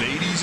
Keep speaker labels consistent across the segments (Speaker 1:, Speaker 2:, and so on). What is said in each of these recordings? Speaker 1: Ladies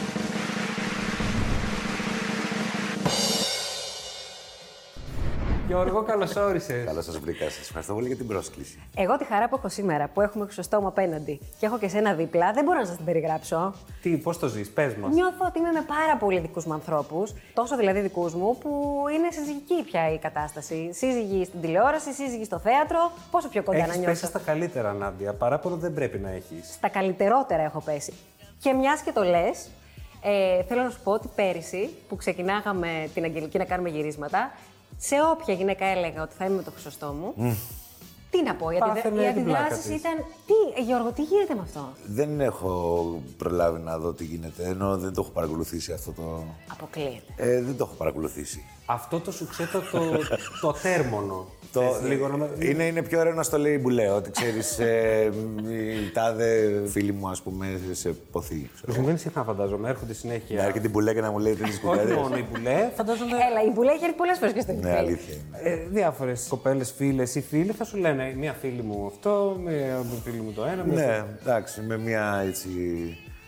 Speaker 2: Γιώργο, καλώς όρισες.
Speaker 3: Καλώς σας βρήκα. Σας ευχαριστώ πολύ για την πρόσκληση.
Speaker 4: Εγώ τη χαρά που έχω σήμερα, που έχουμε σωστό μου απέναντι και έχω και σένα δίπλα, δεν μπορώ να σας την περιγράψω.
Speaker 2: Τι, πώς το ζεις, πες μας.
Speaker 4: Νιώθω ότι είμαι με πάρα πολύ δικούς μου ανθρώπους, τόσο δηλαδή δικούς μου, που είναι συζυγική πια η κατάσταση. Σύζυγοι στην τηλεόραση, σύζυγοι στο θέατρο. Πόσο πιο κοντά να
Speaker 2: Έχεις πέσει
Speaker 4: νιώσω.
Speaker 2: στα καλύτερα, Νάντια. Παράπονο δεν πρέπει να έχεις.
Speaker 4: Στα καλύτερότερα έχω πέσει. Και μιας και το λες, ε, θέλω να σου πω ότι πέρυσι που ξεκινάγαμε την Αγγελική να κάνουμε γυρίσματα, σε όποια γυναίκα έλεγα ότι θα είμαι με το χρυσοστό μου. Τι να πω,
Speaker 2: Πάθαινε
Speaker 4: γιατί οι
Speaker 2: την πλάκα
Speaker 4: αντιδράσεις
Speaker 2: της.
Speaker 4: ήταν. Τι, Γιώργο, τι γίνεται με αυτό.
Speaker 3: Δεν έχω προλάβει να δω τι γίνεται, ενώ δεν το έχω παρακολουθήσει αυτό το.
Speaker 4: Αποκλείεται.
Speaker 3: Ε, δεν το έχω παρακολουθήσει.
Speaker 2: Αυτό το σουξέτο το, το τέρμονο.
Speaker 3: Το... Ε,
Speaker 2: Θες Ε, λίγο να με-
Speaker 3: είναι, είναι πιο ωραίο να στο λέει μπουλέ, ότι ξέρεις. Ε, η τάδε φίλη μου, ας πούμε, σε ποθεί. ξέρω.
Speaker 2: Συμβαίνει συχνά, φαντάζομαι. Έρχονται
Speaker 3: Να
Speaker 2: συνέχεια.
Speaker 3: έρχεται η μπουλέ και να μου λέει τέτοιε
Speaker 2: Ναι. Όχι
Speaker 3: κουβέντε.
Speaker 2: μόνο η μπουλέ, φαντάζομαι.
Speaker 4: Έλα, η Μπουλέ έχει έρθει πολλές φορές και στην
Speaker 3: Ναι, αλήθεια είναι.
Speaker 2: Ε, Διάφορες κοπέλες, φίλες ή φίλοι θα σου λένε Μία φίλη μου αυτό, μία φίλη μου το ένα. μία
Speaker 3: Ναι,
Speaker 2: φίλη-
Speaker 3: εντάξει, με μια έτσι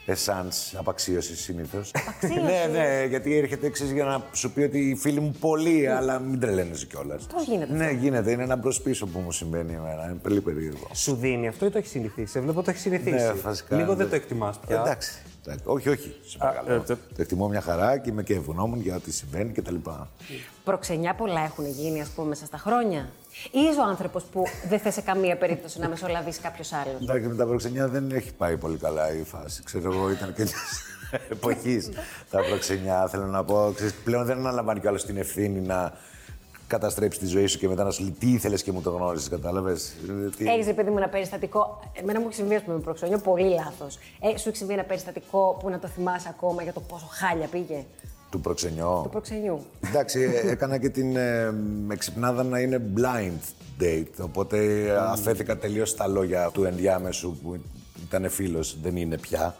Speaker 3: εσάνς απαξίωσης συνήθως.
Speaker 4: Απαξίωσης.
Speaker 3: ναι, ναι, γιατί έρχεται εξή για να σου πει ότι οι φίλοι μου πολλοί, αλλά μην τρελαίνεσαι κιόλας.
Speaker 4: Πώς γίνεται
Speaker 3: Ναι, γίνεται. Είναι ένα μπρος πίσω που μου συμβαίνει εμένα. Είναι πολύ περίεργο.
Speaker 2: Σου δίνει αυτό ή το έχεις συνηθίσει. Σε βλέπω το έχεις συνηθίσει.
Speaker 3: Ναι, βασικά.
Speaker 2: Λίγο δεν το εκτιμάς πια.
Speaker 3: Εντάξει. εντάξει. Όχι, όχι. Σε παρακαλώ.
Speaker 2: ε, τε-
Speaker 3: το εκτιμώ μια χαρά και είμαι και ευγνώμων για ό,τι συμβαίνει κτλ.
Speaker 4: Προξενιά πολλά έχουν γίνει, ας πούμε, μέσα στα χρόνια. Ή είσαι ο άνθρωπος που δεν θες σε καμία περίπτωση να μεσολαβήσει κάποιος άλλος.
Speaker 3: Εντάξει, με τα προξενιά δεν έχει πάει πολύ καλά η φάση. Ξέρω εγώ, ήταν και της εποχής τα προξενιά. Θέλω να πω, ξέρεις, πλέον δεν αναλαμβάνει κιόλα την ευθύνη να καταστρέψει τη ζωή σου και μετά να σου λέει τι ήθελες και μου το γνώρισες, κατάλαβες. Ναι.
Speaker 4: Έχεις, ρε παιδί μου, ένα περιστατικό. Εμένα μου έχει συμβεί, ας πούμε, με προξενιό, πολύ λάθος. Ε, σου έχει συμβεί ένα περιστατικό που να το θυμάσαι ακόμα για το πόσο χάλια πήγε.
Speaker 3: Του προξενιό.
Speaker 4: Του προξενιού.
Speaker 3: Εντάξει, ε, έκανα και την ε, με ξυπνάδα να είναι blind date. Οπότε ε, αφέθηκα τελείως στα λόγια του ενδιάμεσου που ήταν φίλος, δεν είναι πια.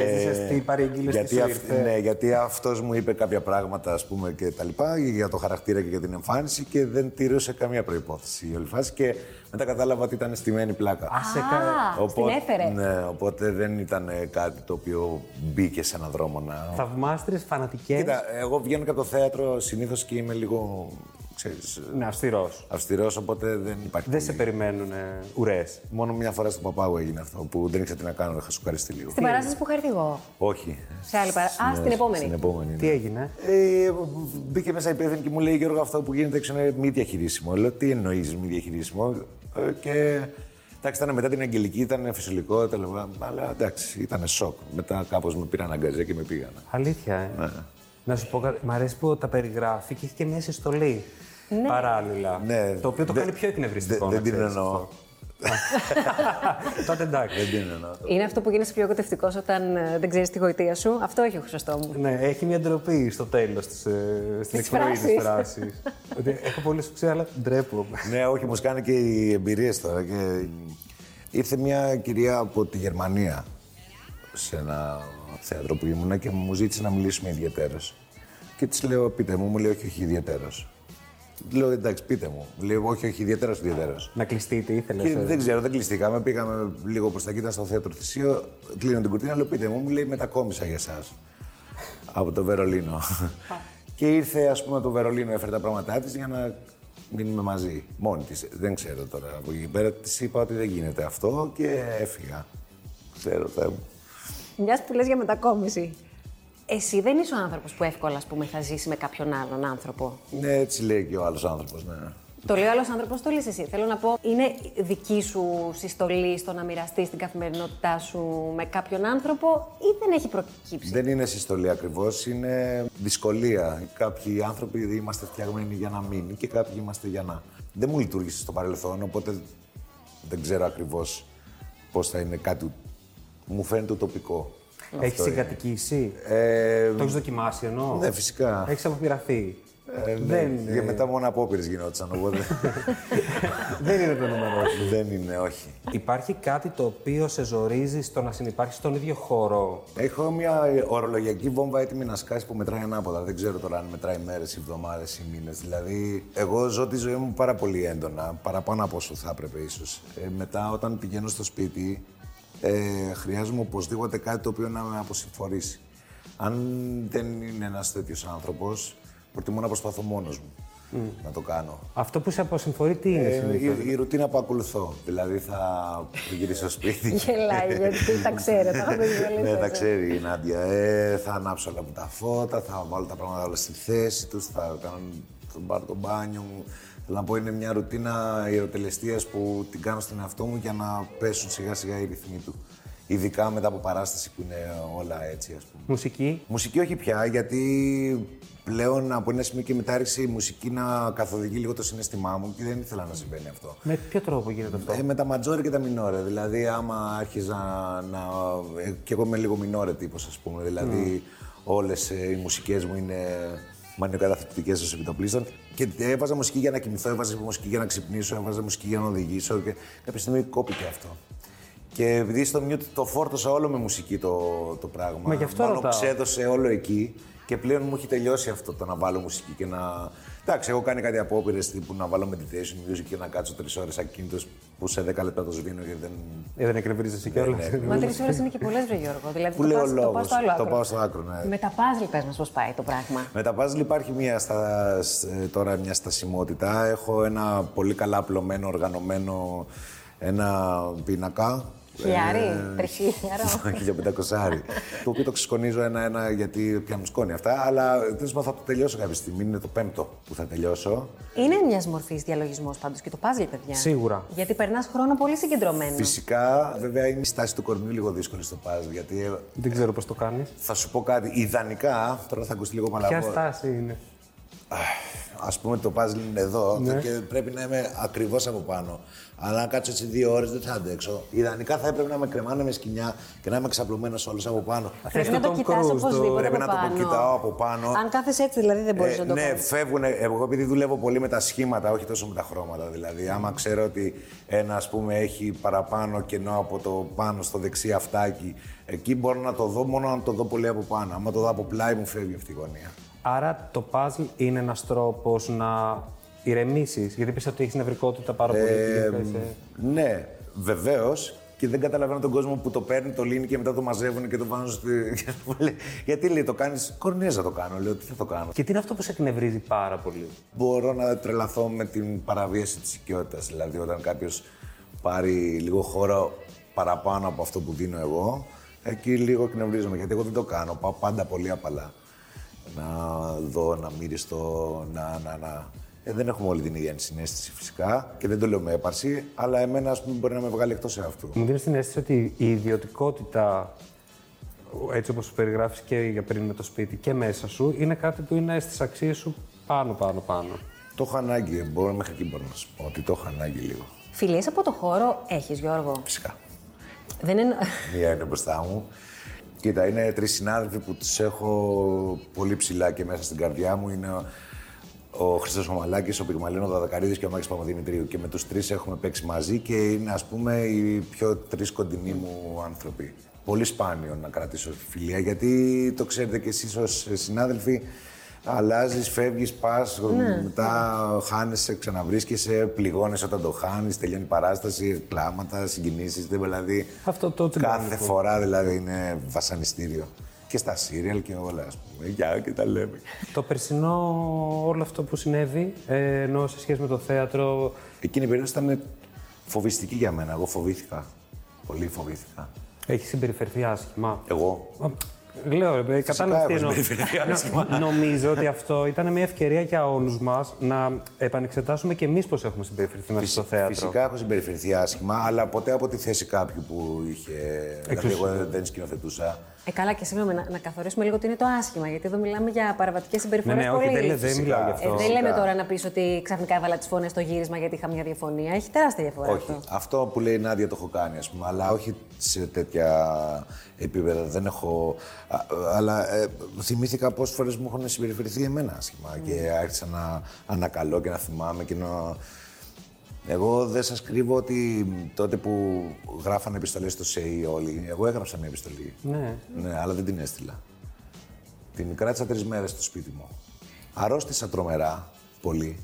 Speaker 2: Έζησες τι παρήγγειλες, τι
Speaker 3: Ε, γιατί,
Speaker 2: σου
Speaker 3: αυ-
Speaker 2: ήρθε.
Speaker 3: ναι, γιατί αυτός μου είπε κάποια πράγματα, ας πούμε, και τα λοιπά, για το χαρακτήρα και για την εμφάνιση και δεν τήρησε καμία προπόθεση η όλη φάση. Και μετά κατάλαβα ότι ήταν στημένη πλάκα.
Speaker 2: Α, σε κα-
Speaker 4: Α, στην έφερε.
Speaker 3: Ναι, οπότε δεν ήταν ε, κάτι το οποίο μπήκε σε έναν δρόμο να
Speaker 4: Ε.
Speaker 2: Θαυμάστρε, φανατικές.
Speaker 3: Κοίτα, εγώ βγαίνω και από το θέατρο συνήθως και είμαι λίγο. ξέρεις,
Speaker 2: Ναι, αυστηρός.
Speaker 3: αυστηρός, οπότε δεν υπάρχει.
Speaker 2: Δεν σε
Speaker 3: πολύ.
Speaker 2: περιμένουν ουρές.
Speaker 3: Μόνο μια φορά στον Παπάγο έγινε αυτό που δεν ήξερα τι να κάνω, είχα σοκαριστεί λίγο.
Speaker 4: Στην παράσταση που είχα έρθει εγώ.
Speaker 3: Όχι.
Speaker 4: Σε άλλη παρά- Α,
Speaker 3: Ναι,
Speaker 4: στην επόμενη.
Speaker 3: Στην επόμενη.
Speaker 2: Τι
Speaker 3: ναι.
Speaker 2: έγινε.
Speaker 3: Ε, μπήκε μέσα η υπεύθυνη και μου λέει: Γιώργο, αυτό που γίνεται έξω είναι μη διαχειρίσιμο. Λέω: Τι εννοείς μη διαχειρίσιμο. Ε, και εντάξει, ήταν μετά την Αγγελική, ήταν φυσιολογικό, τα λοιπά. Αλλά εντάξει, ήταν σοκ. Μετά κάπως με πήραν αγκαζιά και με πήγαν.
Speaker 2: Αλήθεια, ε.
Speaker 3: Ναι.
Speaker 2: Να σου πω κάτι. Μ' αρέσει που τα περιγράφει και έχει και μια συστολή. Παράλληλα.
Speaker 3: Ναι.
Speaker 2: Το οποίο το
Speaker 3: Δε-
Speaker 2: κάνει πιο εκνευριστικό.
Speaker 3: δε-
Speaker 2: να
Speaker 3: δεν την
Speaker 2: ξέρεις
Speaker 3: εννοώ.
Speaker 2: αυτό. Τότε εντάξει.
Speaker 3: Δεν εννοώ.
Speaker 4: Είναι αυτό που γίνεσαι πιο εγωτευτικό όταν ε, δεν ξέρεις τη γοητεία σου. Αυτό έχει ο χρυσό μου.
Speaker 2: Ναι, έχει μια ντροπή στο τέλος ε, στην
Speaker 4: Της
Speaker 2: εκπνοή της
Speaker 4: φράσης.
Speaker 2: φράσης. Ότι έχω πολύ σου αλλά ντρέπομαι.
Speaker 3: Ναι, όχι, μου σκάνε και οι εμπειρίες τώρα. Και... Ήρθε μια κυρία από τη Γερμανία σε ένα θέατρο που ήμουνα και μου ζήτησε να μιλήσουμε ιδιαίτερω. Και της λέω, πείτε μου, μου λέει, όχι, όχι, ιδιαίτερο. Λέω, εντάξει, πείτε μου. Μου λέει, όχι, όχι, ιδιαίτερο, ιδιαίτερο.
Speaker 2: Να κλειστεί τι ε. ήθελες.
Speaker 3: Και δεν ξέρω, δεν κλειστήκαμε. Πήγαμε λίγο προς τα κοίτα στο θέατρο Θησίο. Κλείνω την κουρτίνα, λέω πείτε μου, μου λέει μετακόμισα για εσάς. Από το Βερολίνο. και ήρθε, ας πούμε, από το Βερολίνο, έφερε τα πράγματά της για να μείνουμε μαζί. Μόνη της. Δεν ξέρω τώρα. Από εκεί πέρα της είπα ότι δεν γίνεται αυτό και έφυγα. Ξέρω, Θεέ μου.
Speaker 4: Μιας που λες για μετακόμιση. Εσύ δεν είσαι ο άνθρωπος που εύκολα ας πούμε, θα ζήσει με κάποιον άλλον άνθρωπο.
Speaker 3: Ναι, έτσι λέει και ο άλλος άνθρωπος, ναι.
Speaker 4: Το λέει ο άλλος άνθρωπος, το λες εσύ. Θέλω να πω, είναι δική σου συστολή στο να μοιραστείς την καθημερινότητά σου με κάποιον άνθρωπο ή δεν έχει προκύψει.
Speaker 3: Δεν είναι συστολή ακριβώς, είναι δυσκολία. Κάποιοι άνθρωποι είμαστε φτιαγμένοι για να μείνει και κάποιοι είμαστε για να. Δεν μου λειτουργήσε στο παρελθόν, οπότε δεν ξέρω ακριβώς πώς θα είναι κάτι. Μου φαίνεται τοπικό.
Speaker 2: Έχεις συγκατοικήσει.
Speaker 3: Ε,
Speaker 2: Το έχεις δοκιμάσει εννοώ.
Speaker 3: ναι, φυσικά.
Speaker 2: Έχεις αποπειραθεί.
Speaker 3: Ε, ναι,
Speaker 2: δεν,
Speaker 3: και μετά μόνο απόπειρες γινόντουσαν. Οπότε
Speaker 2: δεν είναι το νούμερο.
Speaker 3: δεν είναι, όχι.
Speaker 2: Υπάρχει κάτι το οποίο σε ζορίζει στο να συνεπάρχεις στον ίδιο χώρο.
Speaker 3: Έχω μια ορολογιακή βόμβα έτοιμη να σκάσει που μετράει ανάποδα. Δεν ξέρω τώρα αν μετράει μέρες, εβδομάδες ή μήνες. Δηλαδή, εγώ ζω τη ζωή μου πάρα πολύ έντονα, παραπάνω από όσο θα έπρεπε ίσως. Ε, μετά, όταν πηγαίνω στο σπίτι, ε, χρειάζομαι οπωσδήποτε κάτι το οποίο να με αποσυμφορήσει. Αν δεν είναι ένας τέτοιος άνθρωπος, προτιμώ να προσπαθώ μόνος μου να το κάνω.
Speaker 2: Αυτό που σε αποσυμφορεί τι είναι
Speaker 3: Ε,
Speaker 2: συνήθως?
Speaker 3: η, η ρουτίνα που ακολουθώ. Δηλαδή θα γυρίσω σπίτι.
Speaker 4: Γελάει, γιατί τα ξέρει. Τα έχουμε γελίσει.
Speaker 3: ναι, τα ξέρει η Νάντια. Ε, θα ανάψω όλα μου τα φώτα, θα βάλω τα πράγματα όλα στη θέση τους, θα κάνω τον πάρω το μπάνιο μου. Θέλω να πω είναι μια ρουτίνα ιεροτελεστίας που την κάνω στον εαυτό μου για να πέσουν σιγά σιγά οι ρυθμοί του. Ειδικά μετά από παράσταση που είναι όλα έτσι, ας πούμε.
Speaker 2: Μουσική.
Speaker 3: Μουσική όχι πια, γιατί πλέον από ένα σημείο και μετά άρχισε η μουσική να καθοδηγεί λίγο το συναισθημά μου και δεν ήθελα να συμβαίνει αυτό.
Speaker 2: Με ποιο τρόπο γίνεται αυτό.
Speaker 3: Ε, με τα ματζόρι και τα μινόρε. Δηλαδή, άμα άρχιζα να. Ε, κι εγώ είμαι λίγο μινόρε τύπος, ας πούμε. Δηλαδή, όλες όλε οι μουσικές μου είναι μανιοκαταθλιπτικές ω επιτοπλίστων. Και έβαζα μουσική για να κοιμηθώ, έβαζα μουσική για να ξυπνήσω, έβαζα μουσική για να οδηγήσω. Και κάποια στιγμή κόπηκε αυτό. Και επειδή στο μυαλό το φόρτωσα όλο με μουσική το, το πράγμα.
Speaker 2: Μα γι' αυτό
Speaker 3: Μόνο
Speaker 2: ρωτάω.
Speaker 3: έδωσε όλο εκεί και πλέον μου έχει τελειώσει αυτό το να βάλω μουσική και να. Εντάξει, έχω κάνει κάτι απόπειρες τύπου να βάλω meditation music και να κάτσω τρεις ώρες ακίνητος που σε 10 λεπτά το σβήνω και δεν. Ναι.
Speaker 2: Ε, ναι. δεν εκνευρίζεσαι κιόλα.
Speaker 4: Μα τρεις ώρες είναι και πολλές, Βρε Γιώργο. Δηλαδή
Speaker 3: Που
Speaker 4: το
Speaker 3: λέει ο
Speaker 4: πας- το
Speaker 3: λόγο.
Speaker 4: πας στο άλλο
Speaker 3: Το
Speaker 4: άκρο.
Speaker 3: πάω στο άκρο, ναι.
Speaker 4: Με τα παζλ πες μας πώς πάει το πράγμα.
Speaker 3: Με τα puzzle υπάρχει μια στα, σ- ε, τώρα μια στασιμότητα. Έχω ένα πολύ καλά απλωμένο, οργανωμένο ένα πίνακα. Ε,
Speaker 4: Χιλιάρι, τριχίλιαρο.
Speaker 3: 1500 το οποίο το ξεσκονίζω ένα-ένα γιατί πια μου σκόνη αυτά. Αλλά τέλος πάντων θα το τελειώσω κάποια στιγμή. Είναι το πέμπτο που θα τελειώσω.
Speaker 4: Είναι μιας μορφής διαλογισμός πάντως και το puzzle, παιδιά.
Speaker 2: Σίγουρα.
Speaker 4: Γιατί περνάς χρόνο πολύ συγκεντρωμένος.
Speaker 3: Φυσικά, βέβαια, είναι η στάση του κορμιού λίγο δύσκολη στο puzzle. Γιατί ε,
Speaker 2: Δεν ξέρω πώς το κάνεις.
Speaker 3: θα σου πω κάτι. Ιδανικά, τώρα θα ακουστεί λίγο
Speaker 2: Ποια
Speaker 3: μαλακό.
Speaker 2: στάση είναι.
Speaker 3: Ας πούμε το puzzle είναι εδώ
Speaker 2: Ναι.
Speaker 3: και πρέπει να είμαι ακριβώς από πάνω. Αλλά αν κάτσω έτσι δύο ώρες δεν θα αντέξω. Ιδανικά θα έπρεπε να με κρεμάνε με σκηνιά και να είμαι ξαπλωμένος όλος από πάνω.
Speaker 4: Πρέπει
Speaker 2: Αυτό
Speaker 4: να το
Speaker 2: Tom
Speaker 4: κοιτάς
Speaker 2: Cruise, το-
Speaker 4: οπωσδήποτε.
Speaker 3: Πρέπει
Speaker 4: από
Speaker 3: να το
Speaker 4: πάνω.
Speaker 3: κοιτάω από πάνω.
Speaker 4: Αν κάθεσαι έτσι, δηλαδή δεν μπορείς να το
Speaker 3: ναι,
Speaker 4: κάνεις.
Speaker 3: φεύγουν. Εγώ επειδή δουλεύω πολύ με τα σχήματα, όχι τόσο με τα χρώματα. Δηλαδή, άμα ξέρω ότι ένα ας πούμε έχει παραπάνω κενό από το πάνω στο δεξί αυτάκι, εκεί μπορώ να το δω μόνο αν το δω πολύ από πάνω. Άμα το δω από πλάι μου φεύγει αυτή η γωνία.
Speaker 2: Άρα το puzzle είναι ένας τρόπος να ηρεμήσεις. Γιατί πεις ότι έχεις νευρικότητα πάρα πολύ. και είσαι-
Speaker 3: Ναι, βεβαίως. Και δεν καταλαβαίνω τον κόσμο που το παίρνει, το λύνει και μετά το μαζεύουν και το βάζουν στη. Γιατί λέει το κάνεις. Κορνέζα το κάνω. Λέω τι θα το κάνω.
Speaker 2: Και τι είναι αυτό που σε εκνευρίζει πάρα πολύ.
Speaker 3: μπορώ να τρελαθώ με την παραβίαση της οικειότητας. Δηλαδή, όταν κάποιος πάρει λίγο χώρο παραπάνω από αυτό που δίνω εγώ, εκεί λίγο εκνευρίζομαι, γιατί εγώ δεν το κάνω. Πάω πάντα πολύ απαλά. Να δω, να μυριστώ, να, να, να. Ε, δεν έχουμε όλη την ίδια συνέστηση φυσικά και δεν το λέω με έπαρση, αλλά εμένα ας πούμε, μπορεί να με βγάλει εκτός αυτού.
Speaker 2: Μου δίνεις την αίσθηση ότι η ιδιωτικότητα, έτσι όπως σου περιγράφεις και για πριν με το σπίτι και μέσα σου, είναι κάτι που είναι στις αξίες σου πάνω, πάνω, πάνω.
Speaker 3: Το έχω ανάγκη, μπορώ, μέχρι εκεί μπορώ να σου πω ότι το έχω ανάγκη λίγο.
Speaker 4: Φιλίες από το χώρο έχεις, Γιώργο.
Speaker 3: Φυσικά.
Speaker 4: Δεν είναι.
Speaker 3: Μία είναι μπροστά μου. Κοίτα, είναι τρεις συνάδελφοι που τους έχω πολύ ψηλά και μέσα στην καρδιά μου. Είναι ο- ο Χρήστος Ομαλάκης, ο Πιγμαλίνο Δαδακαρίδης και ο Μάκης Παπαδημητρίου. Και με τους τρεις έχουμε παίξει μαζί και είναι, ας πούμε, οι πιο τρεις κοντινοί μου άνθρωποι. Πολύ σπάνιο να κρατήσω φιλία, γιατί το ξέρετε κι εσείς ως συνάδελφοι, Αλλάζεις, φεύγεις, πας, μετά χάνεσαι, ξαναβρίσκεσαι, πληγώνει όταν το χάνεις, τελειώνει η παράσταση, κλάματα, συγκινήσεις. Δηλαδή,
Speaker 2: Αυτό το τσιγκάνικο.
Speaker 3: Κάθε φορά δηλαδή είναι βασανιστήριο. Και στα σύριαλ και όλα, ας πούμε. Γεια και τα λέμε.
Speaker 2: Το περσινό όλο αυτό που συνέβη, ε, ενώ σε σχέση με το θέατρο,
Speaker 3: Εκείνη η περίοδος ήταν φοβιστική για μένα. Εγώ φοβήθηκα. Πολύ φοβήθηκα.
Speaker 2: έχει συμπεριφερθεί άσχημα.
Speaker 3: Εγώ.
Speaker 2: Α, Λέω, ρε, κατάλαβες τι
Speaker 3: έχω
Speaker 2: εννοώ.
Speaker 3: συμπεριφερθεί
Speaker 2: Νο- Νομίζω ότι αυτό ήταν μια ευκαιρία για όλους μας να επανεξετάσουμε και εμείς πώς έχουμε συμπεριφερθεί μέσα στο θέατρο.
Speaker 3: Φυσικά έχω συμπεριφερθεί άσχημα, αλλά ποτέ από τη θέση κάποιου που είχε. Δηλαδή, εγώ δεν σκηνοθετούσα.
Speaker 4: Ε, καλά, και συγγνώμη, να, να καθορίσουμε λίγο τι είναι το άσχημα. Γιατί εδώ μιλάμε για παραβατικές συμπεριφορές.
Speaker 2: Ναι, ναι, όχι, δεν, δεν
Speaker 3: Φυσικά.
Speaker 2: μιλάω γι'
Speaker 4: Ε,
Speaker 2: αυτό.
Speaker 4: δεν λέμε τώρα να πεις ότι ξαφνικά έβαλα τις φωνές στο γύρισμα γιατί είχα μια διαφωνία. Έχει τεράστια διαφορά
Speaker 3: Όχι.
Speaker 4: αυτό.
Speaker 3: Αυτό που λέει η Νάντια το έχω κάνει, ας πούμε, αλλά όχι σε τέτοια επίπεδα. Δεν έχω. α, Αλλά ε, θυμήθηκα πόσες φορές μου έχουν συμπεριφερθεί εμένα άσχημα και άρχισα να ανακαλώ και να θυμάμαι και να. Εγώ δεν σας κρύβω ότι τότε που γράφανε επιστολές στο ΣΕΙ όλοι, εγώ έγραψα μια επιστολή.
Speaker 2: Ναι.
Speaker 3: Ναι, αλλά δεν την έστειλα. Την κράτησα τρεις μέρες στο σπίτι μου. Αρρώστησα τρομερά πολύ.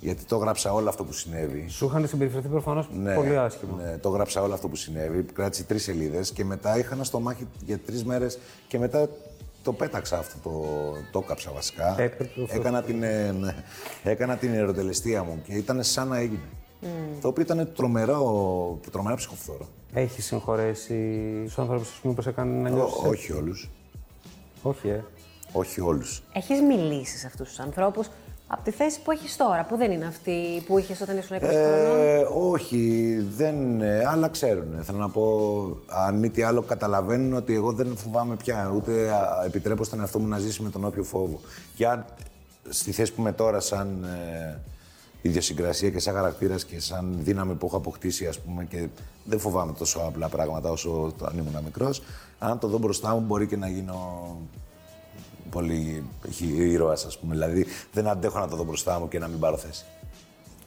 Speaker 3: Γιατί το γράψα όλο αυτό που συνέβη.
Speaker 2: Σου είχαν συμπεριφερθεί προφανώς πολύ άσχημα.
Speaker 3: Ναι, το γράψα όλο αυτό που συνέβη. Κράτησε τρεις σελίδες και μετά είχα ένα στομάχι για τρεις μέρες και μετά το πέταξα αυτό, το, το κάψα βασικά.
Speaker 2: Έπρεπε αυτό.
Speaker 3: έκανα, την, ε, ναι, έκανα την ερωτελεστία μου και ήταν σαν να έγινε. Το οποίο ήταν τρομερό, τρομερά ψυχοφθόρο.
Speaker 2: Έχεις συγχωρέσει τους άνθρωπου που σε έκανε να
Speaker 3: Ό,
Speaker 2: νιώσεις.
Speaker 3: όχι όλους.
Speaker 2: Όχι, ε.
Speaker 3: Όχι όλους.
Speaker 4: Έχεις μιλήσεις σε αυτούς τους ανθρώπους από τη θέση που έχεις τώρα, που δεν είναι αυτή που είχες όταν ήσουν 20 χρονών.
Speaker 3: Ε, όχι, δεν, ε, αλλά ξέρουν. Θέλω να πω, αν μη τι άλλο, καταλαβαίνουν ότι εγώ δεν φοβάμαι πια, ούτε α, επιτρέπω στον εαυτό μου να ζήσει με τον όποιο φόβο. Και αν στη θέση που είμαι τώρα, σαν ε, ιδιοσυγκρασία και σαν χαρακτήρας και σαν δύναμη που έχω αποκτήσει, ας πούμε, και δεν φοβάμαι τόσο απλά πράγματα όσο το αν ήμουν μικρός, αν το δω μπροστά μου, μπορεί και να γίνω πολύ ήρωας, ας πούμε. Δηλαδή, δεν αντέχω να το δω μπροστά μου και να μην πάρω θέση.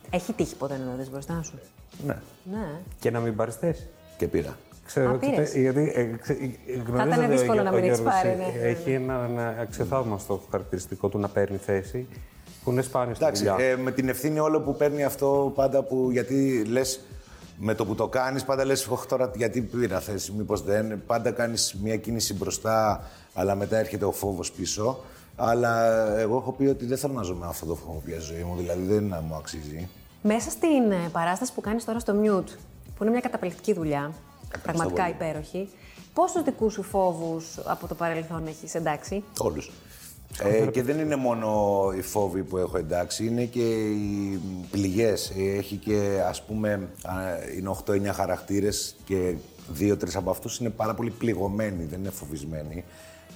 Speaker 4: Έχει τύχει ποτέ να το δεις μπροστά σου.
Speaker 3: Ναι.
Speaker 4: Ναι.
Speaker 2: Και να μην πάρεις θέση.
Speaker 3: Και πήρα.
Speaker 2: Ξέρω
Speaker 4: Α,
Speaker 2: ότι.
Speaker 4: πήρες.
Speaker 2: Γιατί ε, ξε- ε, γνωρίζετε
Speaker 4: ήταν
Speaker 2: ο
Speaker 4: δύσκολο
Speaker 2: Γιώ-
Speaker 4: να
Speaker 2: ο
Speaker 4: μην έχεις
Speaker 2: Γιώργος,
Speaker 4: πάρει,
Speaker 2: ε,
Speaker 4: ναι, ναι,
Speaker 2: Έχει ένα, ένα αξιοθαύμαστο χαρακτηριστικό του να παίρνει θέση που είναι σπάνιος στη
Speaker 3: Εντάξει,
Speaker 2: δουλειά.
Speaker 3: ε, με την ευθύνη όλο που παίρνει αυτό πάντα που. Γιατί λες, με το που το κάνεις, πάντα λες, Όχι τώρα γιατί πήρα θέση, μήπως δεν. Πάντα κάνεις μια κίνηση μπροστά, αλλά μετά έρχεται ο φόβος πίσω. Αλλά εγώ έχω πει ότι δεν θέλω να ζω με αυτό το φόβο πια ζωή μου, δηλαδή δεν να μου αξίζει.
Speaker 4: Μέσα στην ε, παράσταση που κάνεις τώρα στο Mute, που είναι μια καταπληκτική δουλειά, πραγματικά
Speaker 3: πολύ.
Speaker 4: υπέροχη, πόσους δικούς σου φόβους από το παρελθόν έχεις εντάξει.
Speaker 3: Όλους. Ε, και δεν είναι μόνο οι φόβοι που έχω εντάξει, είναι και οι πληγές. Έχει και ας πούμε, α, είναι 8-9 χαρακτήρες και 2-3 από αυτούς είναι πάρα πολύ πληγωμένοι, δεν είναι φοβισμένοι.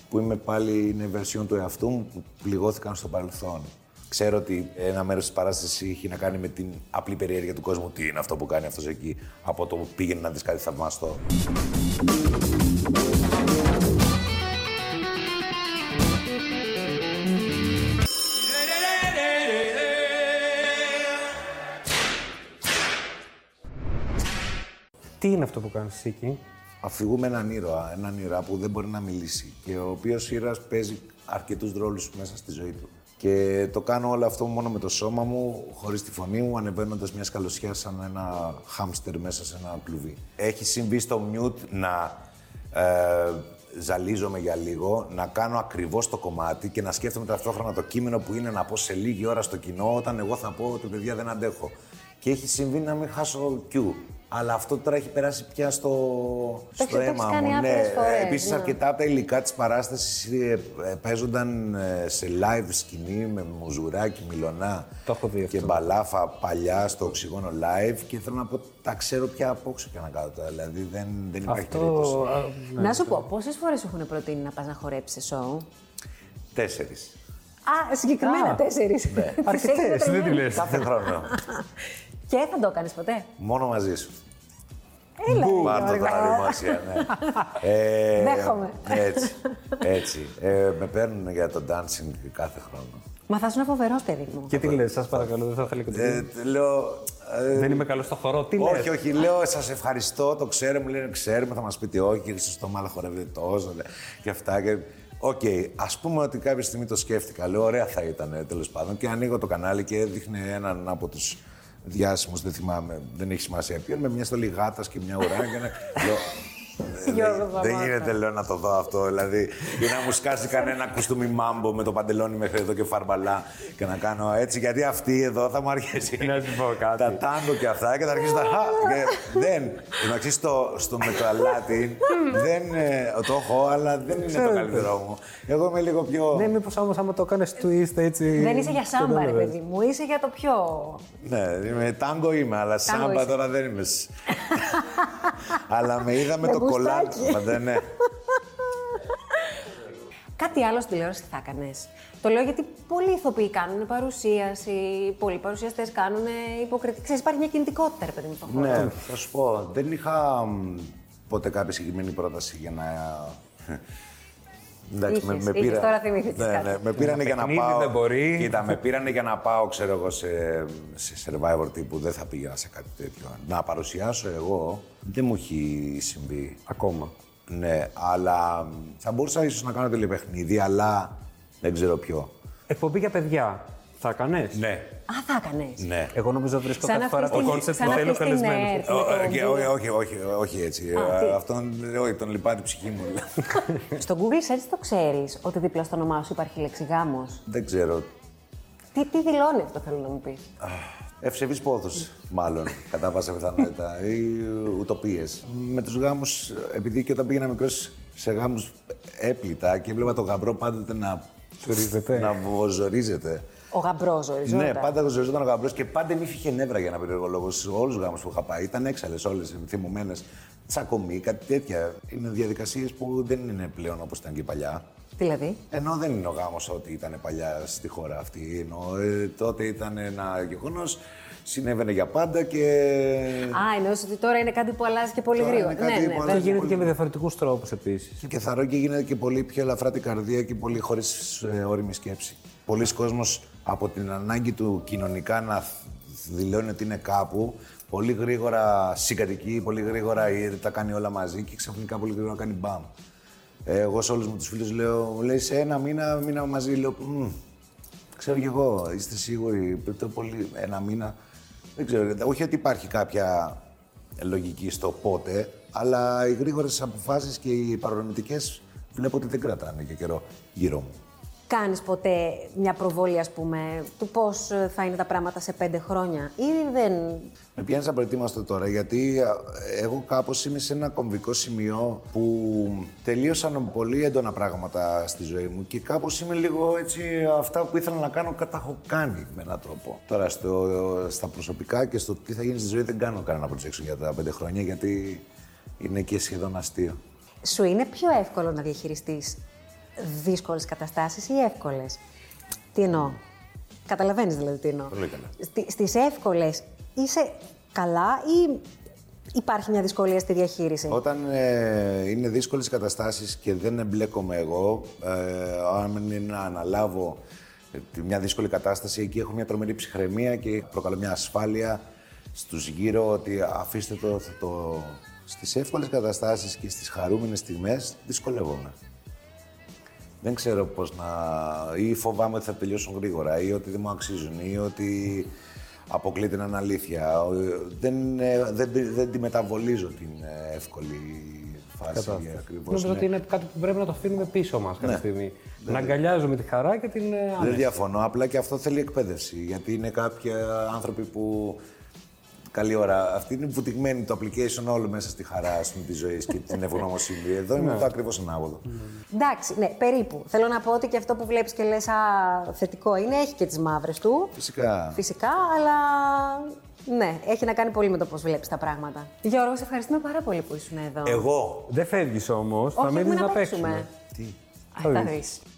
Speaker 3: Που είμαι πάλι, είναι version του εαυτού μου που πληγώθηκαν στο παρελθόν. Ξέρω ότι ένα μέρος της παράστασης έχει να κάνει με την απλή περιέργεια του κόσμου. Τι είναι αυτό που κάνει αυτός εκεί, από το που πήγαινε να δεις κάτι θαυμαστό.
Speaker 2: Τι είναι αυτό που κάνεις εκεί,
Speaker 3: αφηγούμε έναν ήρωα, έναν ήρωα που δεν μπορεί να μιλήσει και ο οποίος ήρωας παίζει αρκετούς ρόλους μέσα στη ζωή του. Και το κάνω όλο αυτό μόνο με το σώμα μου, χωρίς τη φωνή μου, ανεβαίνοντας μια σκαλωσιά σαν ένα χάμστερ μέσα σε ένα κλουβί. Έχει συμβεί στο μιούτ να ε, ζαλίζομαι για λίγο, να κάνω ακριβώς το κομμάτι και να σκέφτομαι ταυτόχρονα το κείμενο που είναι να πω σε λίγη ώρα στο κοινό, όταν εγώ θα πω ότι παιδιά δεν αντέχω. Και έχει συμβεί να μην χάσω Q. Αλλά αυτό τώρα έχει περάσει πια στο,
Speaker 4: Το
Speaker 3: στο
Speaker 4: έχεις- το
Speaker 3: αίμα
Speaker 4: έχεις κάνει
Speaker 3: μου. ε,
Speaker 4: άπειρες φορές,
Speaker 3: Επίσης,
Speaker 4: ναι.
Speaker 3: αρκετά από τα υλικά της παράστασης ε, ε, παίζονταν ε, σε live σκηνή με μουζουράκι, μιλονά
Speaker 2: Το έχω δει
Speaker 3: και
Speaker 2: αυτό.
Speaker 3: μπαλάφα παλιά στο οξυγόνο live και θέλω να πω τα ξέρω πια απόξω και να κάτω τώρα. Δηλαδή δεν, δεν υπάρχει περίπτωση.
Speaker 2: Αυτό. α, ναι.
Speaker 4: να σου πω, πόσες φορές έχουν προτείνει να πας να χορέψεις σε σοου.
Speaker 3: Τέσσερις.
Speaker 4: Α, συγκεκριμένα
Speaker 2: Α,
Speaker 4: τέσσερις.
Speaker 2: Αρκετές, δεν τη λες.
Speaker 3: Κάθε χρόνο.
Speaker 4: Και θα το κάνεις ποτέ.
Speaker 3: Μόνο μαζί σου.
Speaker 4: Έλα, ρε,
Speaker 3: Πάρ' το
Speaker 4: Γιώργο.
Speaker 3: τώρα δημόσια, ναι. ε,
Speaker 4: Δέχομαι.
Speaker 3: Έτσι, έτσι. Ε, με παίρνουν για το dancing κάθε χρόνο.
Speaker 4: Μα θα ήσουν φοβερό, παιδί μου.
Speaker 2: Και τι λες, σας παρακαλώ, δεν θα ήθελα και το
Speaker 3: Ε, τ- λέω. ε,
Speaker 2: Δεν είμαι καλός στο χορό, τι λες.
Speaker 3: όχι, όχι, λέω, σας ευχαριστώ, το ξέρω, μου λένε, ξέρουμε, θα μας πείτε όχι, και στο μάλλον χορεύετε τόσο λέ, και αυτά. Και... Οκ, ας πούμε ότι κάποια στιγμή το σκέφτηκα. Λέω, ωραία θα ήταν τέλος πάντων. Και ανοίγω το κανάλι και δείχνει έναν από τους διάσημου, δεν θυμάμαι, δεν έχει σημασία ποιον, με μια στολή γάτας και μια ουρά. Και ένα... λέω, «Ε, δεν-
Speaker 4: Γιώργο
Speaker 3: δεν
Speaker 4: Δαμάτα.
Speaker 3: γίνεται, λέω, να το δω αυτό. Δηλαδή, ή να μου σκάσει κανένα κουστούμι μάμπο με το παντελόνι μέχρι εδώ και φαρμπαλά και να κάνω έτσι, γιατί αυτή εδώ θα μου αρέσει.
Speaker 2: Να σου πω κάτι.
Speaker 3: Τα τάγκο και αυτά και θα αρχίσω τα. «Χα» και δεν. Εντάξει, στο, στο με το αλάτι δεν ε, το έχω, αλλά δεν είναι το
Speaker 2: Ξέρετε.
Speaker 3: καλύτερό μου. Εγώ είμαι λίγο πιο.
Speaker 2: Ναι, μήπως όμως άμα το κάνεις twist έτσι. ε.
Speaker 4: Δεν είσαι για σάμπα, ρε
Speaker 2: κατάλαβες.
Speaker 4: παιδί μου, είσαι για το πιο.
Speaker 3: Ναι, είμαι, τάγκο είμαι, αλλά
Speaker 4: Τάγκο
Speaker 3: σάμπα
Speaker 4: είσαι.
Speaker 3: τώρα δεν είμαι. σ- αλλά με είδα με
Speaker 4: Με
Speaker 3: το κολλάκι.
Speaker 4: μπουστάκι.
Speaker 3: Μα, ναι.
Speaker 4: Κάτι άλλο στην τηλεόραση θα έκανες. Το λέω γιατί πολλοί ηθοποιοί κάνουν παρουσίαση, πολλοί παρουσιαστές κάνουν υποκριτική. Ξέρεις, υπάρχει μια κινητικότητα, ρε παιδί μου, στον χώρο.
Speaker 3: ναι, θα σου πω. Δεν είχα μ, ποτέ κάποια συγκεκριμένη πρόταση για να. Εντάξει,
Speaker 4: Είχες, είχες, τώρα θυμήθηκες
Speaker 3: ναι,
Speaker 4: κάτι.
Speaker 3: ναι, με πήρανε για να
Speaker 2: παιχνίδι
Speaker 3: πάω.
Speaker 2: δεν μπορεί.
Speaker 3: Κοίτα, με πήρανε για να πάω, ξέρω εγώ, σε, σε survivor τύπου. Δεν θα πήγαινα σε κάτι τέτοιο. Να παρουσιάσω εγώ δεν μου έχει συμβεί.
Speaker 2: Ακόμα.
Speaker 3: Ναι, αλλά μ, θα μπορούσα ίσως να κάνω τηλεπαιχνίδι, αλλά δεν ξέρω ποιο.
Speaker 2: Εκπομπή για παιδιά. Θα έκανες.
Speaker 3: Ναι,
Speaker 4: Α, θα έκανες.
Speaker 3: ναι.
Speaker 2: Εγώ νομίζω ότι βρίσκω
Speaker 4: Σαν
Speaker 2: κάθε
Speaker 4: αυτή
Speaker 2: φορά το
Speaker 4: στην-
Speaker 2: κόνσεπτ
Speaker 4: σαν
Speaker 2: που θέλω
Speaker 4: αυτή στην
Speaker 2: καλεσμένο.
Speaker 4: ΕΡΤ.
Speaker 3: Ο-
Speaker 4: Ε, με το
Speaker 3: Ε, και-
Speaker 4: Google.
Speaker 3: όχι, όχι, όχι, όχι έτσι.
Speaker 4: Α, τι.
Speaker 3: Α, Αυτόν, όχι, τον λυπάται η ψυχή μου. δηλαδή. αλλά
Speaker 4: Στο Google Search το ξέρεις ότι δίπλα στο όνομά σου υπάρχει λέξη γάμο.
Speaker 3: Δεν ξέρω.
Speaker 4: Τι, τι δηλώνεις αυτό, θέλω να μου πεις.
Speaker 3: Ευσεβή πόθο, μάλλον, κατά πάσα πιθανότητα. ή ουτοπίες. Με τους γάμους, επειδή και όταν πήγαινα μικρός σε γάμους έπλητα και έβλεπα τον γαμπρό πάντοτε να.
Speaker 2: Σουρίζεται.
Speaker 3: Να βοζορίζεται.
Speaker 4: Ο γαμπρός οριζόντα.
Speaker 3: Ναι, πάντα ζοριζόταν ο γαμπρός και πάντα μη φύγε νεύρα για ένα περίεργο λόγο. Σε όλους τους γάμους που είχα πάει ήταν έξαλε, όλες θυμωμένες. Τσακωμοί, κάτι τέτοια. Είναι διαδικασίες που δεν είναι πλέον όπως ήταν και παλιά.
Speaker 4: Δηλαδή.
Speaker 3: Ενώ δεν είναι ο γάμος ότι ήταν παλιά στη χώρα αυτή. Ενώ, ε, τότε ήταν ένα γεγονός, συνέβαινε για πάντα και.
Speaker 4: Α, εννοώ ότι τώρα είναι κάτι που αλλάζει και πολύ
Speaker 3: Τώρα
Speaker 4: γρήγορα.
Speaker 3: είναι κάτι
Speaker 4: ναι,
Speaker 3: που
Speaker 4: ναι,
Speaker 2: Και
Speaker 3: αλλάζει.
Speaker 4: βέβαια.
Speaker 2: γίνεται και με διαφορετικούς τρόπους επίσης.
Speaker 3: Και θαρώ και γίνεται και πολύ πιο ελαφρά την καρδία και πολύ χωρίς ε, όριμη σκέψη. Πολλοί κόσμος από την ανάγκη του κοινωνικά να θ- δηλώνει ότι είναι κάπου, πολύ γρήγορα συγκατοικεί, πολύ γρήγορα ε, τα κάνει όλα μαζί και ξαφνικά πολύ γρήγορα κάνει μπαμ. Ε, εγώ σε όλους μου τους φίλους λέω: «Μου Λέει σε ένα μήνα, μήνα μαζί. Λέω: «Μμ, Ξέρω κι εγώ, είστε σίγουροι, πριν το πολύ ένα μήνα. Δεν ξέρω, όχι ότι υπάρχει κάποια λογική στο πότε, αλλά οι γρήγορες αποφάσεις και οι παρορμητικέ βλέπω ότι δεν κρατάνε και καιρό γύρω μου.
Speaker 4: Κάνεις ποτέ μια προβόλη, ας πούμε, του πώς θα είναι τα πράγματα σε πέντε χρόνια, ή δεν.
Speaker 3: Με πιάνεις απροετοίμαστο τώρα, γιατί α, εγώ κάπως είμαι σε ένα κομβικό σημείο που τελείωσαν πολύ έντονα πράγματα στη ζωή μου και κάπως είμαι λίγο έτσι. Αυτά που ήθελα να κάνω, κατά έχω κάνει με έναν τρόπο. Τώρα στο, στα προσωπικά και στο τι θα γίνει στη ζωή δεν κάνω κανένα projection για τα πέντε χρόνια, γιατί είναι και σχεδόν αστείο.
Speaker 4: Σου είναι πιο εύκολο να διαχειριστείς δύσκολες καταστάσεις ή εύκολες. Τι εννοώ. Καταλαβαίνεις δηλαδή τι εννοώ.
Speaker 3: Πολύ καλά.
Speaker 4: Στις εύκολες είσαι καλά ή υπάρχει μια δυσκολία στη διαχείριση.
Speaker 3: Όταν ε, είναι δύσκολες καταστάσεις και δεν εμπλέκομαι εγώ, ε, αν είναι να αναλάβω ε, μια δύσκολη κατάσταση, εκεί έχω μια τρομερή ψυχραιμία και προκαλώ μια ασφάλεια στους γύρω ότι αφήστε το, θα το... Στις εύκολες καταστάσεις και στις χαρούμενες στιγμές δυσκολεύομαι. Δεν ξέρω πώς να... ή φοβάμαι ότι θα τελειώσουν γρήγορα ή ότι δεν μου αξίζουν ή ότι αποκλείται να είναι αλήθεια. Ε, Δεν, ε, δεν, τη- δεν τη μεταβολίζω την ε, εύκολη φάση για ακριβώς.
Speaker 2: Νομίζω
Speaker 3: ναι.
Speaker 2: ότι είναι κάτι που πρέπει να το αφήνουμε πίσω μας κάποια
Speaker 3: Ναι.
Speaker 2: στιγμή. Να αγκαλιάζουμε τη χαρά και την ε,
Speaker 3: Δεν
Speaker 2: άνεση.
Speaker 3: διαφωνώ, απλά και αυτό θέλει εκπαίδευση. Γιατί είναι κάποιοι ε, άνθρωποι που. Καλή ώρα. Αυτή είναι βουτυγμένη το application όλο μέσα στη χαρά ας πούμε, της ζωής και την ευγνωμοσύνη. Εδώ είναι το ακριβώς ανάποδο.
Speaker 4: Εντάξει, ναι, περίπου. Θέλω να πω ότι και αυτό που βλέπεις και λες, α, θετικό είναι, έχει και τις μαύρες του.
Speaker 3: Φυσικά.
Speaker 4: Φυσικά, αλλά ναι, έχει να κάνει πολύ με το πώς βλέπεις τα πράγματα. Γιώργο, σε ευχαριστούμε πάρα πολύ που ήσουν εδώ.
Speaker 3: Εγώ.
Speaker 2: Δεν φεύγεις όμως, θα
Speaker 4: Όχι,
Speaker 2: μείνεις
Speaker 4: έχουμε
Speaker 2: να
Speaker 4: παίξουμε.
Speaker 2: παίξουμε.
Speaker 3: Τι.
Speaker 4: Α, θα δεις.